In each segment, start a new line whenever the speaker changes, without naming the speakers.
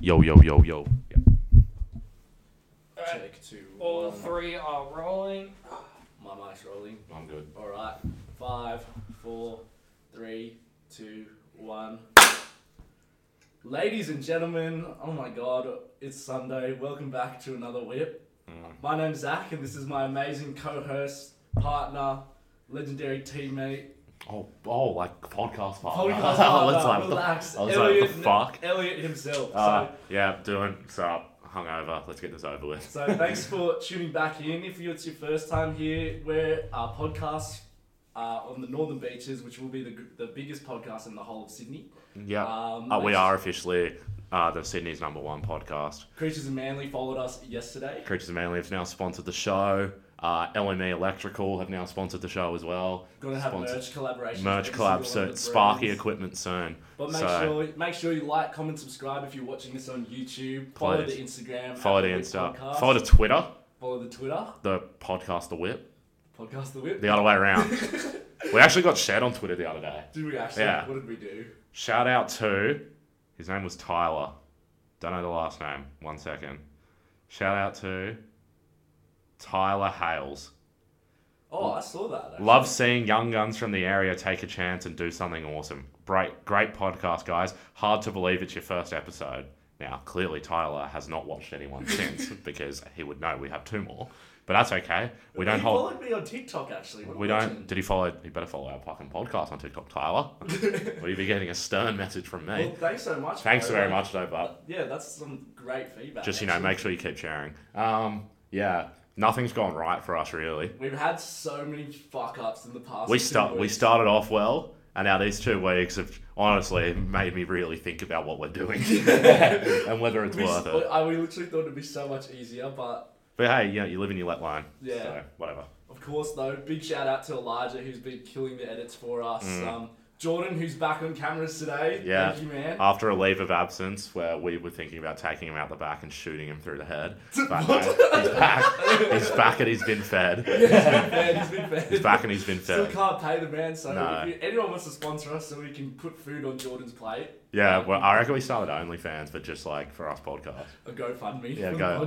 Yo, yo, yo, yo. Yeah.
Check two.
All
one.
three are rolling.
My mic's rolling.
I'm good.
All right. Five, four, three, two, one. Ladies and gentlemen, oh my God, it's Sunday. Welcome back to another whip.
Mm.
My name's Zach, and this is my amazing co-host, partner, legendary teammate.
Oh, oh, like podcast part.
Podcast
I was
partner,
like, what the-
relax,
I was like, what the
Elliot-
fuck?
Elliot himself.
Uh,
so
yeah, doing. What's up? Hungover. Let's get this over with.
So thanks for tuning back in. If you, it's your first time here, we're our podcast uh, on the Northern Beaches, which will be the, the biggest podcast in the whole of Sydney.
Yeah.
Um,
uh, we
next-
are officially uh, the Sydney's number one podcast.
Creatures and Manly followed us yesterday.
Creatures of Manly have now sponsored the show. Uh, LME Electrical have now sponsored the show as well.
Gonna have
Sponsored-
merch collaborations.
merch
with
collab,
every single one
so
of the
Sparky
brands.
equipment soon.
But make
so-
sure make sure you like, comment, subscribe if you're watching this on YouTube. Follow
Please.
the Instagram.
Follow
at
the
Whip
Insta.
Podcast.
Follow the Twitter.
Follow the Twitter.
The podcast, the whip.
Podcast the Whip.
The other way around. we actually got shared on Twitter the other day.
Did we actually?
Yeah.
What did we do?
Shout out to his name was Tyler. Don't know the last name. One second. Shout out to Tyler Hales.
Oh, I saw that. actually.
Love seeing young guns from the area take a chance and do something awesome. Great, great podcast, guys. Hard to believe it's your first episode. Now, clearly Tyler has not watched anyone since because he would know we have two more. But that's okay. We don't
he
hold.
followed me on TikTok actually. when
We
I was
don't. Did he follow? He better follow our fucking podcast on TikTok, Tyler. or you'd be getting a stern message from me.
Well, thanks so much.
Thanks
bro.
very
Like,
much, though, but
Yeah, that's some great feedback.
just you know, make sure you keep sharing. Um, yeah, nothing's gone right for us really.
We've had so many fuck ups in the past.
We
two
start. We
weeks.
started off well, and now these two weeks have honestly made me really think about what we're doing and whether it's
We, s-
worth it.
I, we literally thought it'd be so much easier, but
But hey, you know, you live and you let line.
Yeah.
So whatever.
of course, though, big shout out to Elijah who's been killing the edits for us. Um, Jordan, who's back on cameras today.
Mm. Yeah. Oh,
Thank you, man.
After a leave of absence, where we were thinking about taking him out the back and shooting him through the head, but no, he's back. He's back and he's been fed.
Man, he's been banned.
He's back and he's been
Still
fed.
can't pay the man, so
No.
if you, anyone wants to sponsor us so we can put food on Jordan's plate,
Yeah, well, I reckon we started OnlyFans, but just like for us podcast.
a GoFundMe.
Yeah,
for the
go. go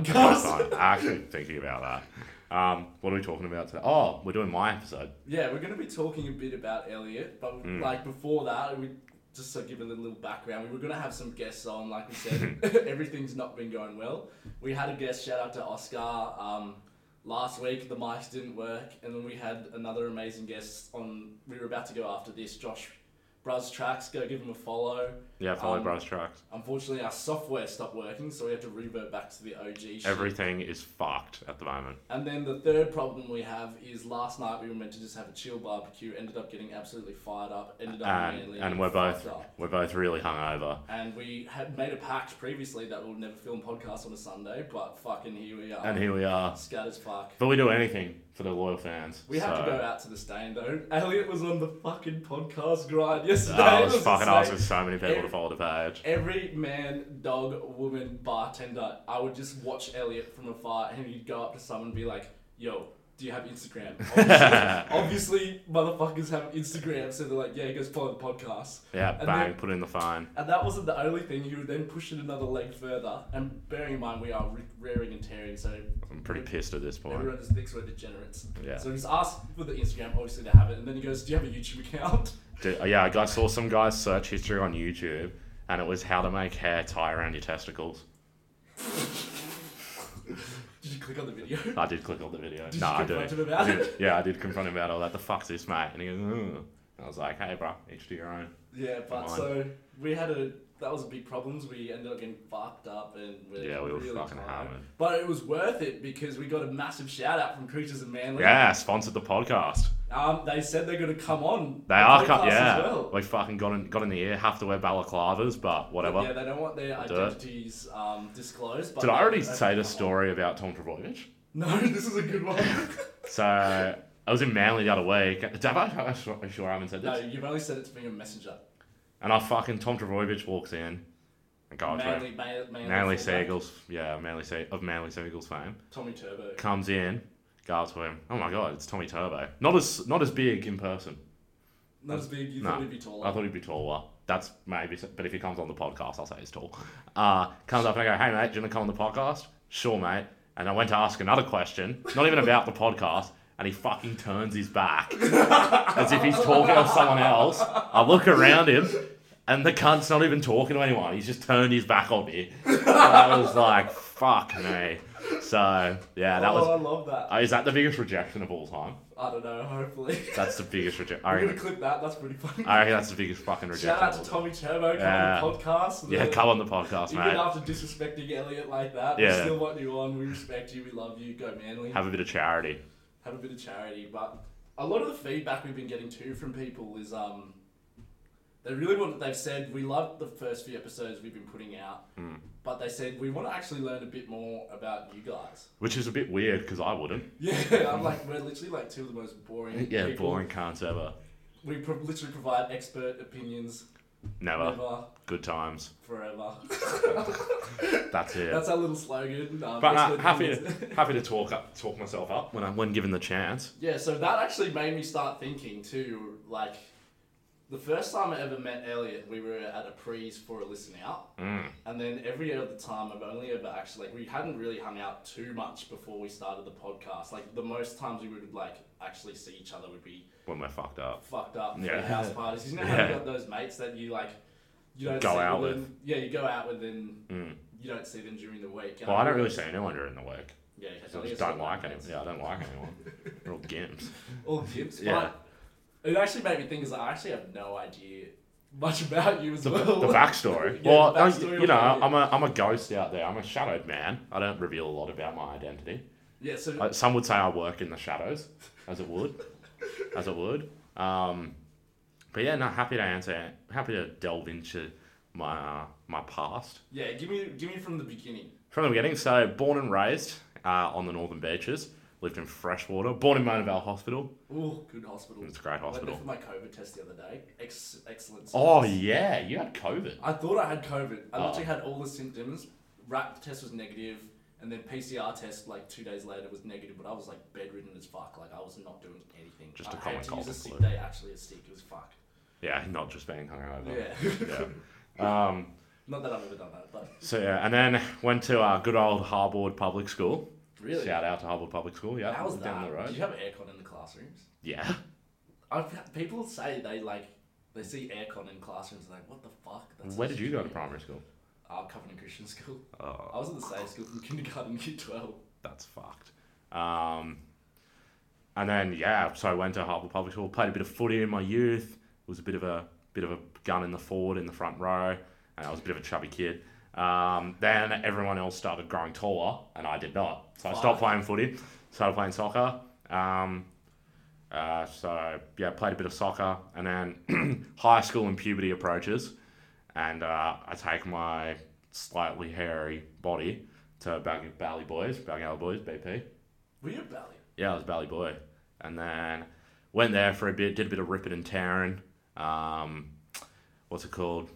fine.
podcast.
Actually, thinking about that. Um, what are we talking about today? Oh, we're doing my episode.
Yeah, we're going to be talking a bit about Elliot, but like before that, we just to give a little background, we were going to have some guests on. Like we said, everything's not been going well. We had a guest shout out to Oscar um, last week. The mics didn't work, and then we had another amazing guest on. We were about to go after this, Josh Bruz Tracks. Go give him a follow.
Yeah, follow
Um,
Brass Tracks.
Unfortunately, our software stopped working, so we had to revert back to the OG. shit.
Everything is fucked at the moment.
And then the third problem we have is last night we were meant to just have a chill barbecue, ended up getting absolutely fired up, ended up
And,
mainly
and we're both
fucked up.
we're both really hungover.
And we had made a pact previously that we'll never film podcasts on a Sunday, but fucking here we are.
And here we are.
Scat as fuck.
But we do anything for the loyal fans.
We have
so-
to go out to the stain though. Elliot was on the fucking podcast grind yesterday.
Oh,
It
I was fucking
insane.
asking so many people to
Every-
follow the page.
Every man, dog, woman, bartender, I would just watch Elliot from afar and he'd go up to someone and be like, yo, do you have Instagram? Obviously, obviously motherfuckers have Instagram, so they're like, yeah, go follow the podcast.
Yeah,
And
bang,
then-
put in the fine.
And that wasn't the only thing, he would then push it another leg further. And bearing in mind, we are re- rearing and tearing, so
I'm pretty pissed at this point.
everyone just thinks we're degenerates.
Yeah.
So just ask for the Instagram, obviously, to have it. And then he goes, do you have a YouTube account?
Did, uh, yeah, I got- saw some guy's search history on YouTube, and it was how to make hair tie around your testicles.
Did you click on the video?
I did click on the video.
Did
no,
you
I
confront
didn't.
him about
I did-
it?
Yeah, I did confront him about all that. The fuck's this, mate? And he goes, Ugh. And I was like, hey, bro, each to your own.
Yeah, but
Come on.
so we had a that was a big problems. We ended up getting fucked up and we're
Yeah, we were
really
fucking
tired.
hammered.
But it was worth it because we got a massive shout out from Creatures and Manly.
Yeah, sponsored the podcast.
Um, they said they're gonna come on.
They
the
are,
podcast
cut, yeah.
As well.
We fucking got in, got in the ear, have to wear balaclavas, but whatever.
Yeah, they don't want their
do it.
identities um, disclosed. But
did I
they-
already
they're
say
gonna
the
come on.
story about Tom Travojevic?
No, this is a good one.
So, I was in Manly the other week. Have I, I'm sure I'm sure I haven't said this.
no, you've only said it to me on Messenger.
And I fucking, Tom Travojevic walks in. And goes,
Manly, Manly, Manly,
Oh, Manly
fullback,
Seagulls, yeah, Manly Se- of Manly Seagulls fame.
Tommy Turbo.
comes in, goes to him. Oh my god, it's Tommy Turbo. Not as not as big in person.
Not as big. You
No.
thought he'd be taller.
I thought he'd be taller. That's maybe, but if he comes on the podcast, I'll say he's tall. Uh, comes up and I go, hey, mate, do you want to come on the podcast? Sure, mate. And I went to ask another question, not even about the podcast, and he fucking turns his back as if he's talking to someone else. I look around him, and the cunt's not even talking to anyone. He's just turned his back on me. And I was like, fuck me. So, yeah, that
oh,
was.
I love that.
Uh, is that the biggest rejection of all time?
I don't know. Hopefully.
That's the biggest rejection. I
We're gonna
reckon,
clip that. That's pretty funny.
I reckon that's the biggest fucking rejection.
Shout out
of all
to
time.
Tommy Turbo coming
Yeah.
on the podcast.
Yeah,
The-
come on the podcast,
Even
mate.
after disrespecting Elliot like that, we
Yeah.
still want you on. We respect you. We love you. Go Manly. Have,
Have a bit of charity.
a bit of charity. But a lot of the feedback we've been getting too from people is um, they really want. They've said we love the first few episodes we've been putting out,
Hmm.
but they said we want to actually learn a bit more about you guys.
Which is a bit weird because I wouldn't.
Yeah, I'm like we're literally like two of the most boring.
Yeah,
people.
boring cunts ever.
We pro- literally provide expert opinions.
Never.
Never,
Good times.
forever.
That's it.
That's our little slogan. Um,
but uh,
expert
happy,
opinions.
to, happy to talk up, talk myself up when I when given the chance.
Yeah, so that actually made me start thinking too. Like, the first time I ever met Elliot, we were at a prees for a listen out,
Mm.
and then every other time I've only ever actually like we hadn't really hung out too much before we started the podcast. Like the most times we would like actually see each other would be
When we're fucked up.
fucked up
Yeah.
yeah. house parties. You know how
Yeah.
you got those mates that you like. You don't
Go
see
out
them, Yeah, you go out with them.
Mm.
You don't see them during the week. and
Well, I don't really see anyone during the week.
Yeah, okay, so
I
I
just
guess
don't
we're
like anyone.
mates.
Yeah, I don't like anyone. They're all gimps.
All gimps.
Yeah.
But it actually made me think is I actually have no idea much about you as
The,
well.
the backstory.
Yeah,
well,
the
I-
backstory
you know,
of-
I'm a I'm a ghost out there. I'm a shadowed man. I don't reveal a lot about my identity.
yeah, so
Uh, some would say I work in the shadows, as it would, as it would. Um, but yeah, no, happy to answer, happy to delve into my uh, my past
yeah, give me give me from the beginning.
from the beginning. So born and raised uh, on the northern beaches, lived in freshwater. Born in Monavale Hospital,
Oh, good hospital.
it's a great
I
hospital.
went there for my COVID test the other day. Ex- excellent.
Oh
service.
yeah, you had COVID.
I thought I had COVID. I
Oh.
literally had all the symptoms. Rap test was negative, and then PCR test like two days later was negative. But I was like bedridden as fuck. Like I was not doing anything.
Just
I
a common
had to
cold
use a
and
sick
flu.
day actually as sick. It was fuck.
Yeah, not just being hungover.
Yeah.
Yeah. yeah. Um,
not that I've ever done that, but
so yeah, and then went to uh, good old Harboard Public School.
really.
Shout out to Harboard Public School. Yeah,
How was
down
that?
the road.
Did you have aircon in the classrooms?
Yeah.
I've had- people say they like they see aircon in classrooms and like what the fuck?
Where did you go to
stupid.
primary school?
Uh, Covenant Christian School.
Oh,
I was in the same school from kindergarten to year twelve.
that's fucked. Um, and then yeah, so I went to Harvard Public School, played a bit of footy in my youth. Was a bit of a bit of a gun in the forward in the front row, and I was a bit of a chubby kid. Um, then everyone else started growing taller, and I did not. So I stopped
Fuck.
playing footy, started playing soccer. Um, uh, so yeah, played a bit of soccer, and then high school and puberty approaches, and uh, I take my slightly hairy body to Bally, Bally Boys, Bally Boys, BP.
Were you a ballet?
Yeah, I was a Bally Boy. And then went there for a bit, did a bit of ripping and tearing. Um, what's it called?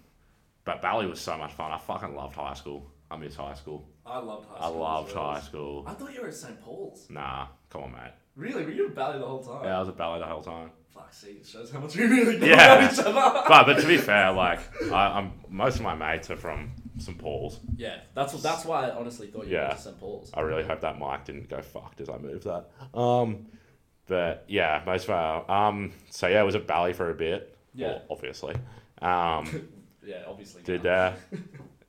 But Bally was so much fun. I fucking loved high school. I miss high school.
I loved high
I
school. as
loved
well.
high school.
I thought you were at St Paul's.
Nah, come on, mate.
Really? Were you a ballet the whole time?
Yeah, I was at Bally the whole time.
Fuck. See, it shows how much we really know
Yeah.
about each other.
But, but to be fair, like, I, I'm, most of my mates are from St. Paul's.
Yeah, that's what- that's why I honestly thought you
Yeah.
were at St Paul's.
I really hope that mic didn't go fucked as I moved that. Um, but yeah, most of our, um, so yeah, I was at Bally for a bit.
Yeah.
Well, obviously. Um,
Yeah, obviously.
did
not.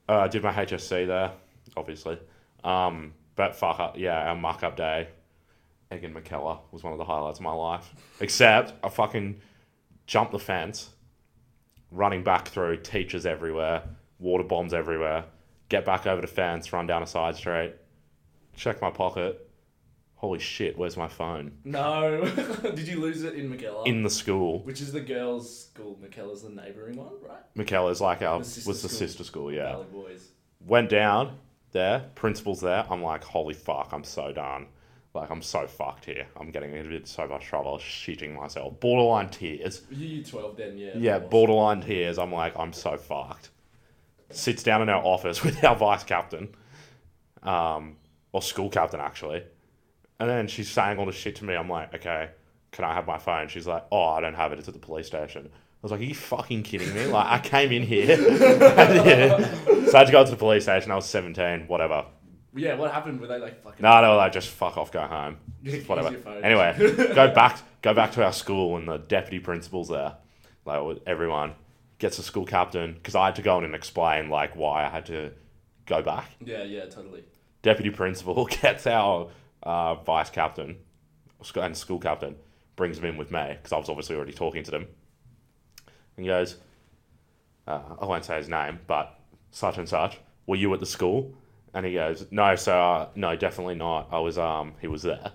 uh, uh, did my HSC there, obviously. Um, but fuck up, yeah, our muck up day, Egan McKellar was one of the highlights of my life. Except I fucking jumped the fence, running back through teachers everywhere, water bombs everywhere. Get back over the fence, run down a side street, check my pocket. Holy shit, where's my phone?
No. did you lose it in McKellar?
In the school.
Which is the girls' school. McKellar's the neighbouring one, right?
McKellar's like our
The sister
was the
school.
sister school, yeah.
Valley Boys.
went down there, principal's there. I'm like, holy fuck, I'm so done. Like, I'm so fucked here. I'm getting into so much trouble, shitting myself. Borderline tears.
You year 12 then, yeah.
Yeah,
of course.
borderline tears. I'm like, I'm so fucked. Sits down in our office with our vice captain, um, or school captain, actually. And then she's saying all this shit to me. I'm like, okay, can I have my phone? She's like, oh, I don't have it. It's at the police station. I was like, are you fucking kidding me? Like, I came in here. So I had to go to the police station. I was 17, whatever.
Yeah, what happened? Were they like fucking?
No, they were like, just fuck off, go home.
Use
Whatever.
your phone.
Anyway, go back, go back to our school, and the deputy principal's there. Like with everyone gets the school captain because I had to go in and explain like why I had to go back.
Yeah, yeah, totally.
Deputy principal gets our uh, vice captain sc- and school captain, brings him in with me because I was obviously already talking to them, and goes, uh, I won't say his name, but such and such, were you at the school? And he goes, no, sir, uh, no, definitely not. I was, um, he was there.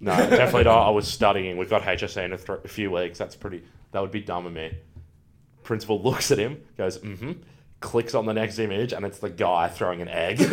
No, definitely not. I was studying. We've got HSC in a, thr a few weeks. That's pretty, that would be dumb of me. Principal looks at him, goes, mm-hmm, clicks on the next image, and it's the guy throwing an egg.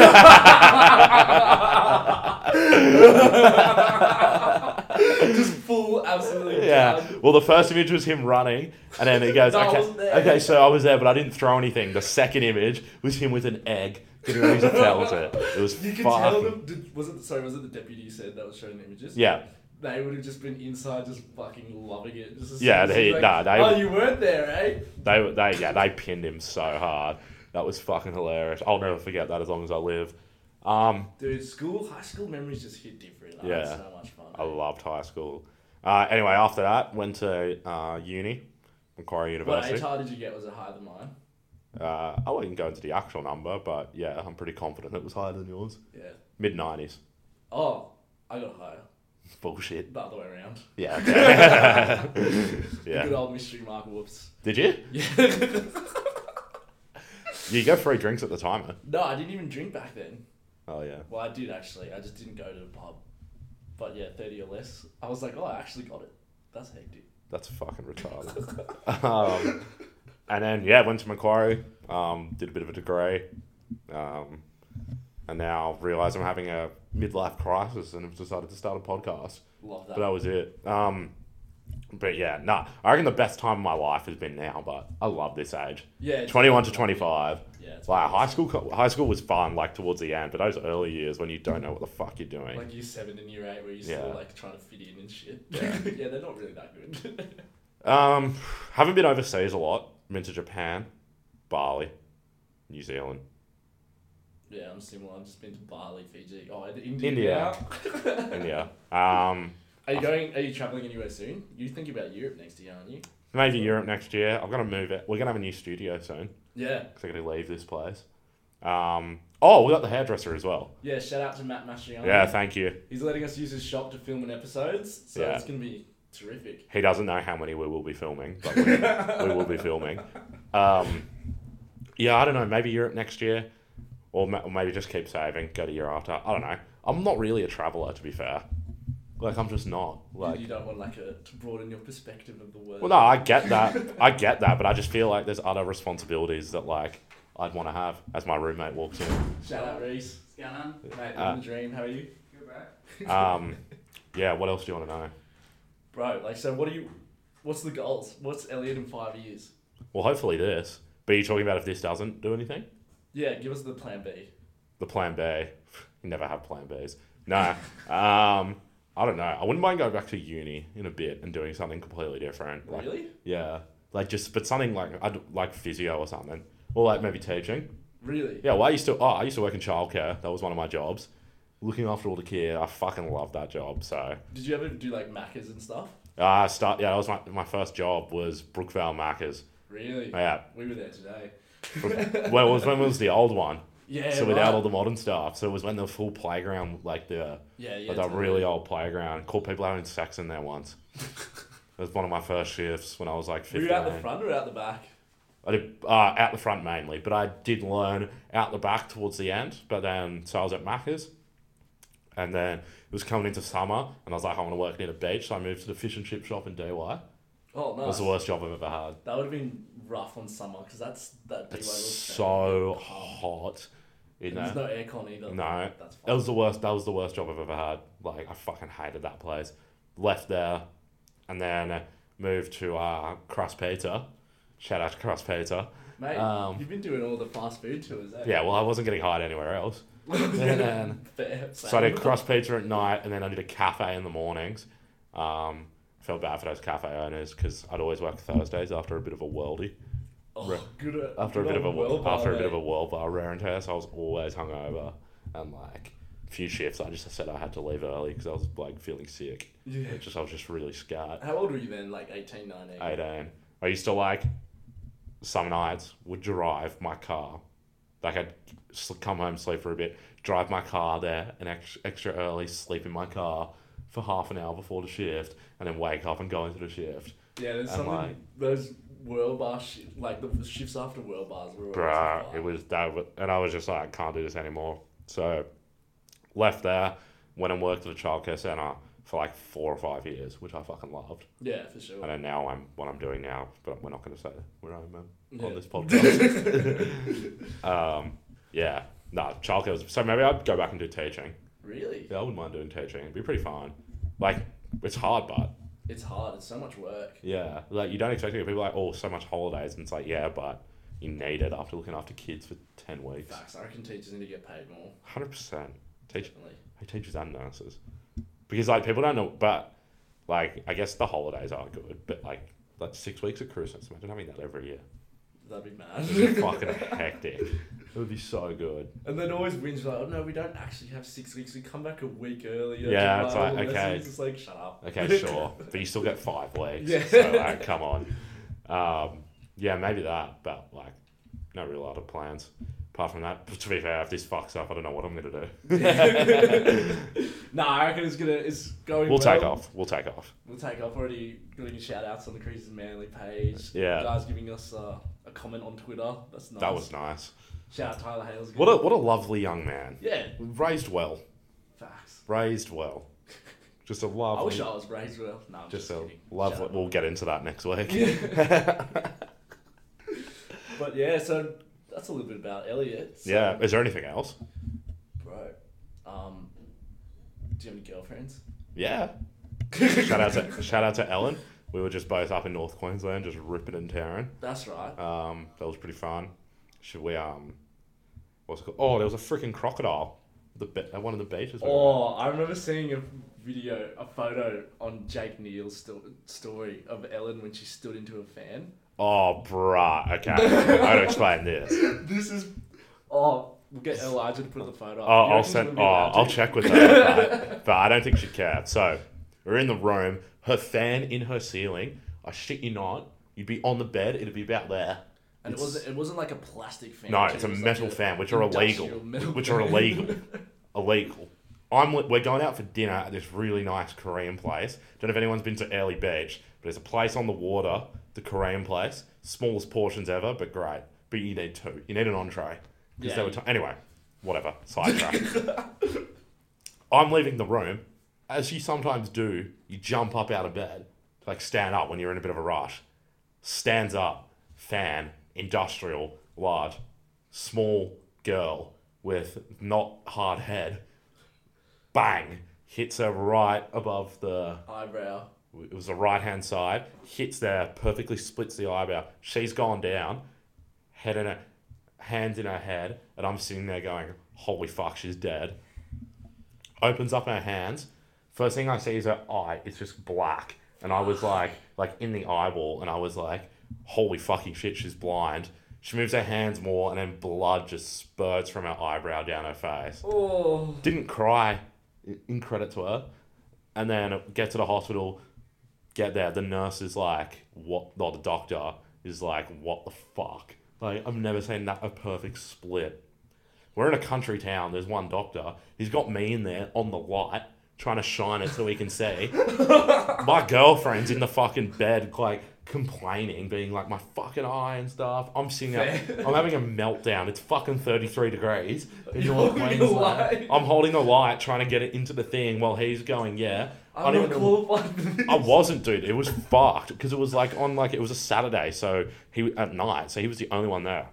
Just full, absolutely.
Yeah.
down.
Well, the first image was him running, and then he goes,
No, I
okay,
wasn't there."
okay, so I was there, but I didn't throw anything. The second image was him with an egg. Couldn't really tell it. It was
You can tell
fucking-
them. Did, was it sorry? Was it the deputy you said that was showing the images?
Yeah.
They would have just been inside, just fucking loving it. Just as
Yeah,
soon as
they-
he's like,
nah, they-
Oh, you weren't there, eh?
They, they, yeah, they pinned him so hard. That was fucking hilarious. I'll never forget that as long as I live. Um,
Dude, school, high school memories just hit different. Like,
Yeah.
it's so much fun.
I loved high school. Uh, anyway, after that, went to uh, uni, Macquarie
What
University.
HR did you get? Was it higher than mine?
Uh, I wouldn't go into the actual number, but yeah, I'm pretty confident it was higher than yours.
Yeah.
Mid 90s.
Oh, I got higher.
Bullshit.
The other way around.
Yeah. Okay.
The
yeah.
good old mystery mark. Whoops.
Did you?
Yeah.
You get free drinks at the timer.
no, I didn't even drink back then.
Oh yeah.
Well, I did actually. I just didn't go to the pub. But yeah, thirty or less. I was like, oh, I actually got it. That's hectic.
That's fucking retarded. um, and then yeah, went to Macquarie. Um, did a bit of a degree. Um, and now realise I'm having a midlife crisis and have decided to start a podcast.
Love
But uh, that was it. Um, but yeah, nah. I reckon the best time of my life has been now. But I love this age,
Yeah. it's-
21 to 25.
Yeah. It's
Like high school, co- high school was fun. Like towards the end, but those early years when you don't know what the fuck you're doing.
Like year seven and year eight, where you're
Yeah.
still like trying to fit in and shit. Yeah, they're not really that good.
Um, haven't been overseas a lot. Been to Japan, Bali, New Zealand.
yeah, I'm similar. I've just been to Bali, Fiji. Oh, and India.
India.
now.
India. Um,
Are you going? Are you traveling anywhere soon? You think about Europe next year, aren't you?
maybe Europe next year. I've got to move it. We're gonna have a new studio soon
Yeah.
because I'm gonna leave this place. Um, oh, we got the hairdresser as well.
Yeah. Shout out to Matt Mastriani.
Yeah, thank you.
He's letting us use his shop to film an episodes, so
Yeah.
it's gonna be terrific.
He doesn't know how many we will be filming, but we, we will be filming. Um, yeah, I don't know. Maybe Europe next year, or, ma- or maybe just keep saving. Go to year after. I don't know. I'm not really a traveler, to be fair. Like I'm just not. Like
you don't want like a, to broaden your perspective of the world.
Well, no, I get that. I get that, but I just feel like there's other responsibilities that like I'd want to have as my roommate walks in.
Shout out Reese.
What's going on?
Mate,
Uh,
living the dream. How are you,
Good, bro.
Um, yeah, what else do you want to know?
bro? Like, so what are you? What's the goals? What's Elliot in five years?
Well, hopefully this. But you're talking about if this doesn't do anything?
Yeah, give us the plan B.
The plan B. You never have plan Bs. No. Um, I don't know. I wouldn't mind going back to uni in a bit and doing something completely different. Like,
Really?
Yeah. Like just, but something like I'd like physio or something, or like maybe teaching.
Really?
Yeah, well, I used to. Oh, I used to work in childcare. That was one of my jobs, looking after all the kids. I fucking loved that job. So
Did you ever do like Maccas and stuff?
uh, I start. Yeah, that was my, my first job was Brookvale Maccas. Oh,
Really?
Yeah,
We were there today.
well, it was when it was the old one,
Yeah.
so
right.
without all the modern stuff. So it was when the full playground, like the
Yeah,
like
yeah.
the
totally.
really old playground, caught people having sex in there once. It was one of my first shifts when I was like
Were
fifteen.
you out the front or out the back?
I did uh, out the front mainly, but I did learn out the back towards the end. But then, so I was at Macca's, and then it was coming into summer, and I was like, I want to work near the beach, so I moved to the fish and chip shop in DY.
Oh
It
no.
was the worst job I've ever had.
That would have been rough on summer because that's that. big
It's
one was
so hot in
And
there.
There's no aircon either.
No.
That's fine.
That was the worst. That was the worst job I've ever had. Like I fucking hated that place. Left there, and then moved to uh, Crust Pizza. Shout out to Crust Pizza.
Mate,
um,
you've been doing all the fast food tours, eh?
Yeah, well, I wasn't getting hired anywhere else. And then
Fair.
So I did cross pizza at night, and then I did a cafe in the mornings. Um, for felt bad for those cafe owners because I'd always work Thursdays after a bit of a worldie.
Oh,
Right.
good.
after a bit of a
well,
after a bit of a world bar wear and tear, so I was always hungover and like few shifts. I just said I had to leave early because I was like feeling sick.
Yeah.
It's just I was just really scared.
How old were you then? Like 18, 19?
Eight a.m. I used to like some nights would drive my car. Like I'd s- come home, sleep for a bit, drive my car there an ex- extra early, sleep in my car for half an hour before the shift, and then wake up and go into the shift.
Yeah, there's
And,
something.
like-
those world bar shi like the shifts after world bars were. always
Bruh,
fun.
it was that, wa- and I was just like, can't do this anymore. So, left there, went and worked at a childcare center for like four or five years, which I fucking loved.
Yeah, for sure.
And then now I'm what I'm doing now, but we're not going to say where I'm um,
Yeah.
on this podcast. um, yeah, no, nah, childcare was so maybe I'd go back and do teaching.
Really,
Yeah, I wouldn't mind doing teaching. It'd be pretty fun. Like it's hard, but
it's hard. It's so much work.
yeah, like you don't expect it. People are like, oh, so much holidays, and it's like, yeah, but you need it after looking after kids for ten weeks.
Facts. I reckon teachers need to get paid more.
Hundred percent. Teach
Definitely.
hey, teachers and nurses, because like people don't know, but like I guess the holidays are good, but like like six weeks at Christmas, imagine having that every year.
That'd be
It would be
mad.
fucking hectic. It would be so good.
and then always wins like, oh no, we don't actually have six weeks. We come back a week earlier.
Yeah,
to
it's
buy all
like,
the
okay.
lessons." It's like shut up.
Okay, sure, but you still get five weeks.
Yeah.
So like, come on. Um, yeah, maybe that, but like, no real other plans. Apart from that, to be fair, if this fucks up, I don't know what I'm gonna do.
nah, I reckon it's gonna. It's going.
we'll
well.
take off. We'll take off.
We'll take off. Already giving shout outs on the Cruises Manly page.
Yeah.
guys giving us uh, a comment on Twitter. That's nice.
That was nice.
shout out Tyler Hales.
What a what a lovely young man.
yeah.
Raised well.
Facts.
raised well. Just a
I wish
lovely.
I was raised well. No, I'm just,
just a
kidding.
lovely.
Shout out.
We'll get into that next week.
But yeah, so that's a little bit about Elliot. So,
yeah. Is there anything else?
bro. Um, do you have any girlfriends?
Yeah. shout out to shout out to Ellen. We were just both up in North Queensland, just ripping and tearing.
That's right.
Um, that was pretty fun. Should we um, what's it called? Oh, there was a freaking crocodile. The be- at one of the beaches. we were at.
Oh, I remember seeing a video, a photo on Jake Neal's sto- story of Ellen when she stood into a fan.
oh, bruh. Okay, I'd explain this.
This is. Oh, we'll get Elijah to put the photo
Oh,
up. You reckon
I'll
she's
send. Oh,
gonna be
I'll
allowed to?
check with her. But, but I don't think she cared. So we're in the room. Her fan in her ceiling. I shit you not. You'd be on the bed. It'd be about there.
And it wasn't, it wasn't like a plastic fan.
No,
too,
it's a
it was like
metal fan, which are
industrial
illegal.
metal
Which are
fan.
illegal. illegal. I'm. li- We're going out for dinner at this really nice Korean place. Don't know if anyone's been to Early Beach, but there's a place on the water, the Korean place. Smallest portions ever, but great. But you need two. You need an entree. 'Cause
Yeah.
they were t- anyway, whatever. Sidetrack. I'm leaving the room. As you sometimes do, you jump up out of bed, like stand up when you're in a bit of a rush. Stands up, fan, industrial, large, small girl with not hard head. Bang! Hits her right above the.
Eyebrow.
It was the right hand side. Hits there, perfectly splits the eyebrow. She's gone down, head in her, hands in her head, and I'm sitting there going, "Holy fuck, she's dead." opens up her hands. First thing I see is her eye. It's just black, and I was like, like in the eyeball, and I was like, holy fucking shit, she's blind. She moves her hands more, and then blood just spurts from her eyebrow down her face.
Oh.
Didn't cry, i- in credit to her. And then get to the hospital, get there. The nurse is like, what? Or the doctor is like, what the fuck? Like I've never seen that a perfect split. We're in a country town. There's one doctor. He's got me in there on the light, trying to shine it so he can see. my girlfriend's in the fucking bed, like complaining, being like, "My fucking eye and stuff." I'm sitting there.
Fair.
I'm having a meltdown. It's fucking 33 degrees. in
You're
North
holding a
Queensland.
light.
I'm holding a light, trying to get it into the thing while he's going, "Yeah." I
I'm
don't
not
even know-
qualified for this.
I wasn't, dude. It was fucked because it was like on like it was a Saturday, so he at night, so he was the only one there.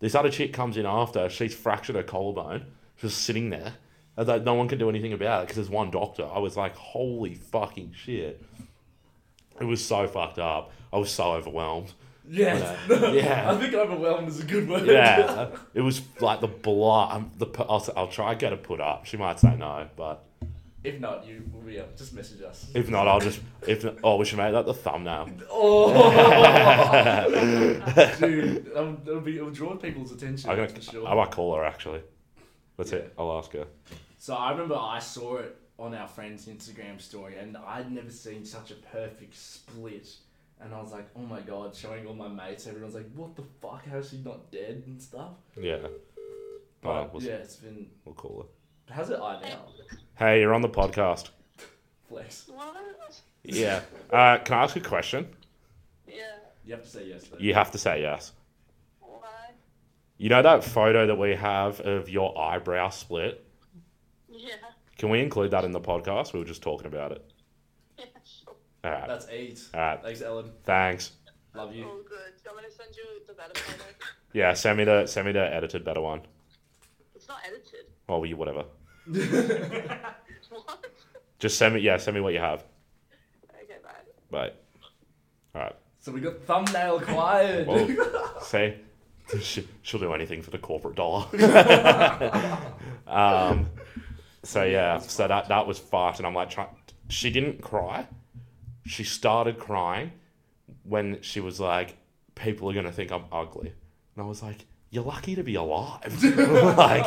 This other chick comes in after she's fractured her collarbone, just sitting there. And like no one can do anything about it because there's one doctor. I was like, holy fucking shit. It was so fucked up. I was so overwhelmed.
Yes.
Yeah. Yeah.
I think overwhelmed is a good word.
Yeah, um, it was like the blood. I'm, the I'll, I'll try and get it put up. She might say no, but
If not, you will be able just message us.
If not, I'll just. If oh, we should make that the thumbnail.
Oh, dude, that'll, that'll be it'll draw people's attention.
I'm gonna.
for sure.
I might call her actually. That's it. I'll ask her.
So I remember I saw it on our friend's Instagram story, and I'd never seen such a perfect split. And I was like, oh my god, showing all my mates, everyone's like, what the fuck, how is she not dead and stuff?
Yeah.
But
Alright, we'll,
yeah, it's been.
we'll call her.
How's it I now?
Hey, you're on the podcast.
Flex.
What?
Yeah. Uh, can I ask a question?
Yeah.
You have to say yes, though.
You have to say yes.
Why?
You know that photo that we have of your eyebrow split?
Yeah.
Can we include that in the podcast? We were just talking about it.
Yeah, sure.
All right.
That's eight.
All right.
Thanks, Ellen.
Thanks.
Love you.
All good. Do you want me to send you the better photo?
Yeah, send me the send me the edited better one.
It's not edited.
Or you whatever.
What?
Just send me yeah, send me what you have.
Okay, bye.
Bye. All right.
so we got thumbnail acquired.
Whoa. Say she, she'll do anything for the corporate dollar. um, so yeah, so that that was fart, and I'm like, try, she didn't cry. She started crying when she was like, "People are gonna think I'm ugly," and I was like, "You're lucky to be alive." like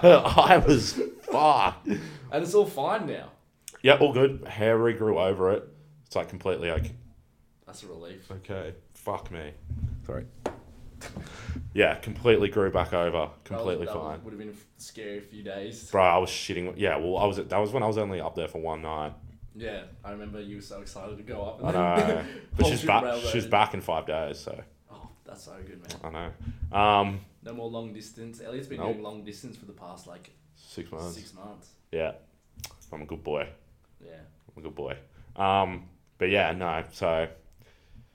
her eye was fucked.
and it's all fine now.
Yeah, all good. Hair regrew over it. It's like completely like
That's a relief.
Okay. Fuck me. Sorry. Yeah, completely grew back over. Completely fine.
Would have been a f- scary few days.
Bro, I was shitting. Yeah, well, I was. That was when I was only up there for one night.
Yeah, I remember you were so excited to go up.
I
And
know, but
whole
she's
shit
back.
railroaded.
She's back in five days, so
Oh, that's so good, man.
I know. Um,
No more long distance. Elliot's been
Nope.
doing long distance for the past like
six months.
six months.
Yeah, I'm a good boy.
Yeah.
I'm a good boy. Um, but yeah, no. So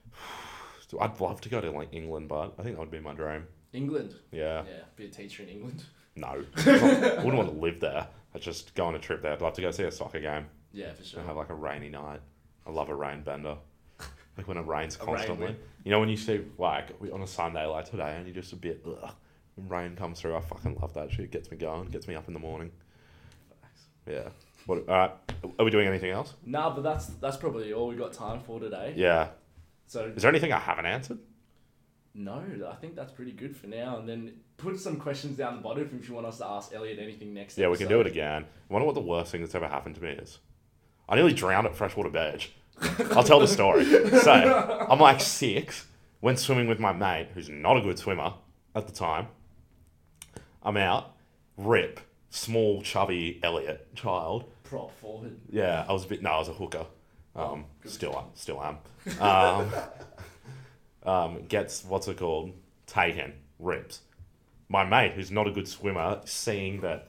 I'd love to go to like England, but I think that would be my dream.
England.
Yeah.
Yeah, be a teacher in England.
No, I wouldn't want to live there. I'd just go on a trip there. I'd love to go see a soccer game.
Yeah, for sure.
and have like a rainy night. I love a rain bender. Like when it rains
rain
constantly.
wind.
you know when you see like we- on a Sunday like today and you're just a bit ugh, and rain comes through. I fucking love that shit. Gets me going. Gets me up in the morning. Yeah. What? All right. Are we doing anything else?
Nah, but that's that's probably all we got time for today.
Yeah.
So
Is there anything I haven't answered?
no, I think that's pretty good for now. And then put some questions down the bottom if you want us to ask Elliot anything next.
Yeah, we can do it again. I wonder what the worst thing that's ever happened to me is. I nearly drowned at Freshwater Beach. I'll tell the story. So, I'm like six, went swimming with my mate, who's not a good swimmer at the time. I'm out, rip, small, chubby Elliot child.
Prop forward.
Yeah, I was a bit, no, I was a hooker. Um,
good.
still, am, still am. Um, um, gets, what's it called? Taken, rips. My mate, who's not a good swimmer, seeing that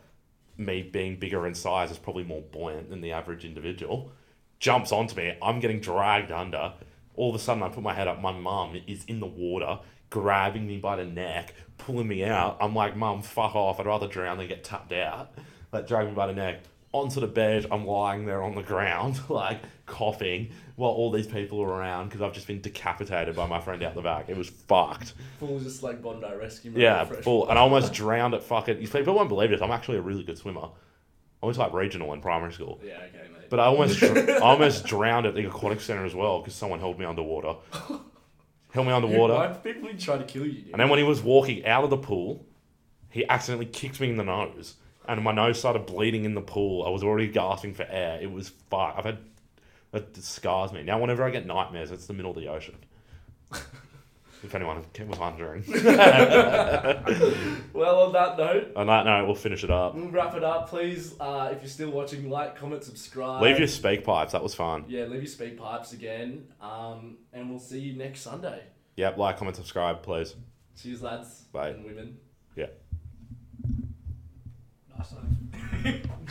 me being bigger in size is probably more buoyant than the average individual, jumps onto me. I'm getting dragged under. All of a sudden, I put my head up. My mum is in the water, grabbing me by the neck, pulling me out. I'm like, Mum, fuck off. I'd rather drown than get tapped out. Like, drag me by the neck. Onto the bed, I'm lying there on the ground, like coughing, while all these people are around because I've just been decapitated by my friend out the back. It was fucked.
Full just like Bondi Rescue. Marine
Yeah,
fresh.
full. And I almost drowned at fucking. These people won't believe this. I'm actually a really good swimmer. I was like regional in primary school.
Yeah, okay, mate.
But I almost, dr- I almost drowned at the aquatic center as well because someone held me underwater. held me
Dude,
underwater.
Why people would try to kill you? Dude?
And then when he was walking out of the pool, he accidentally kicked me in the nose. And my nose started bleeding in the pool. I was already gasping for air. It was fuck. I've had. That scars me. Now, whenever I get nightmares, it's the middle of the ocean. if anyone was wondering.
Well, on that note.
On that note, we'll finish it up.
We'll wrap it up, please. Uh, if you're still watching, like, comment, subscribe.
Leave your speak pipes. That was fun.
yeah, leave your speak pipes again. Um, and we'll see you next Sunday.
Yep. Like, comment, subscribe, please.
Cheers, lads
Bye.
and women.
Yeah.
Nice one.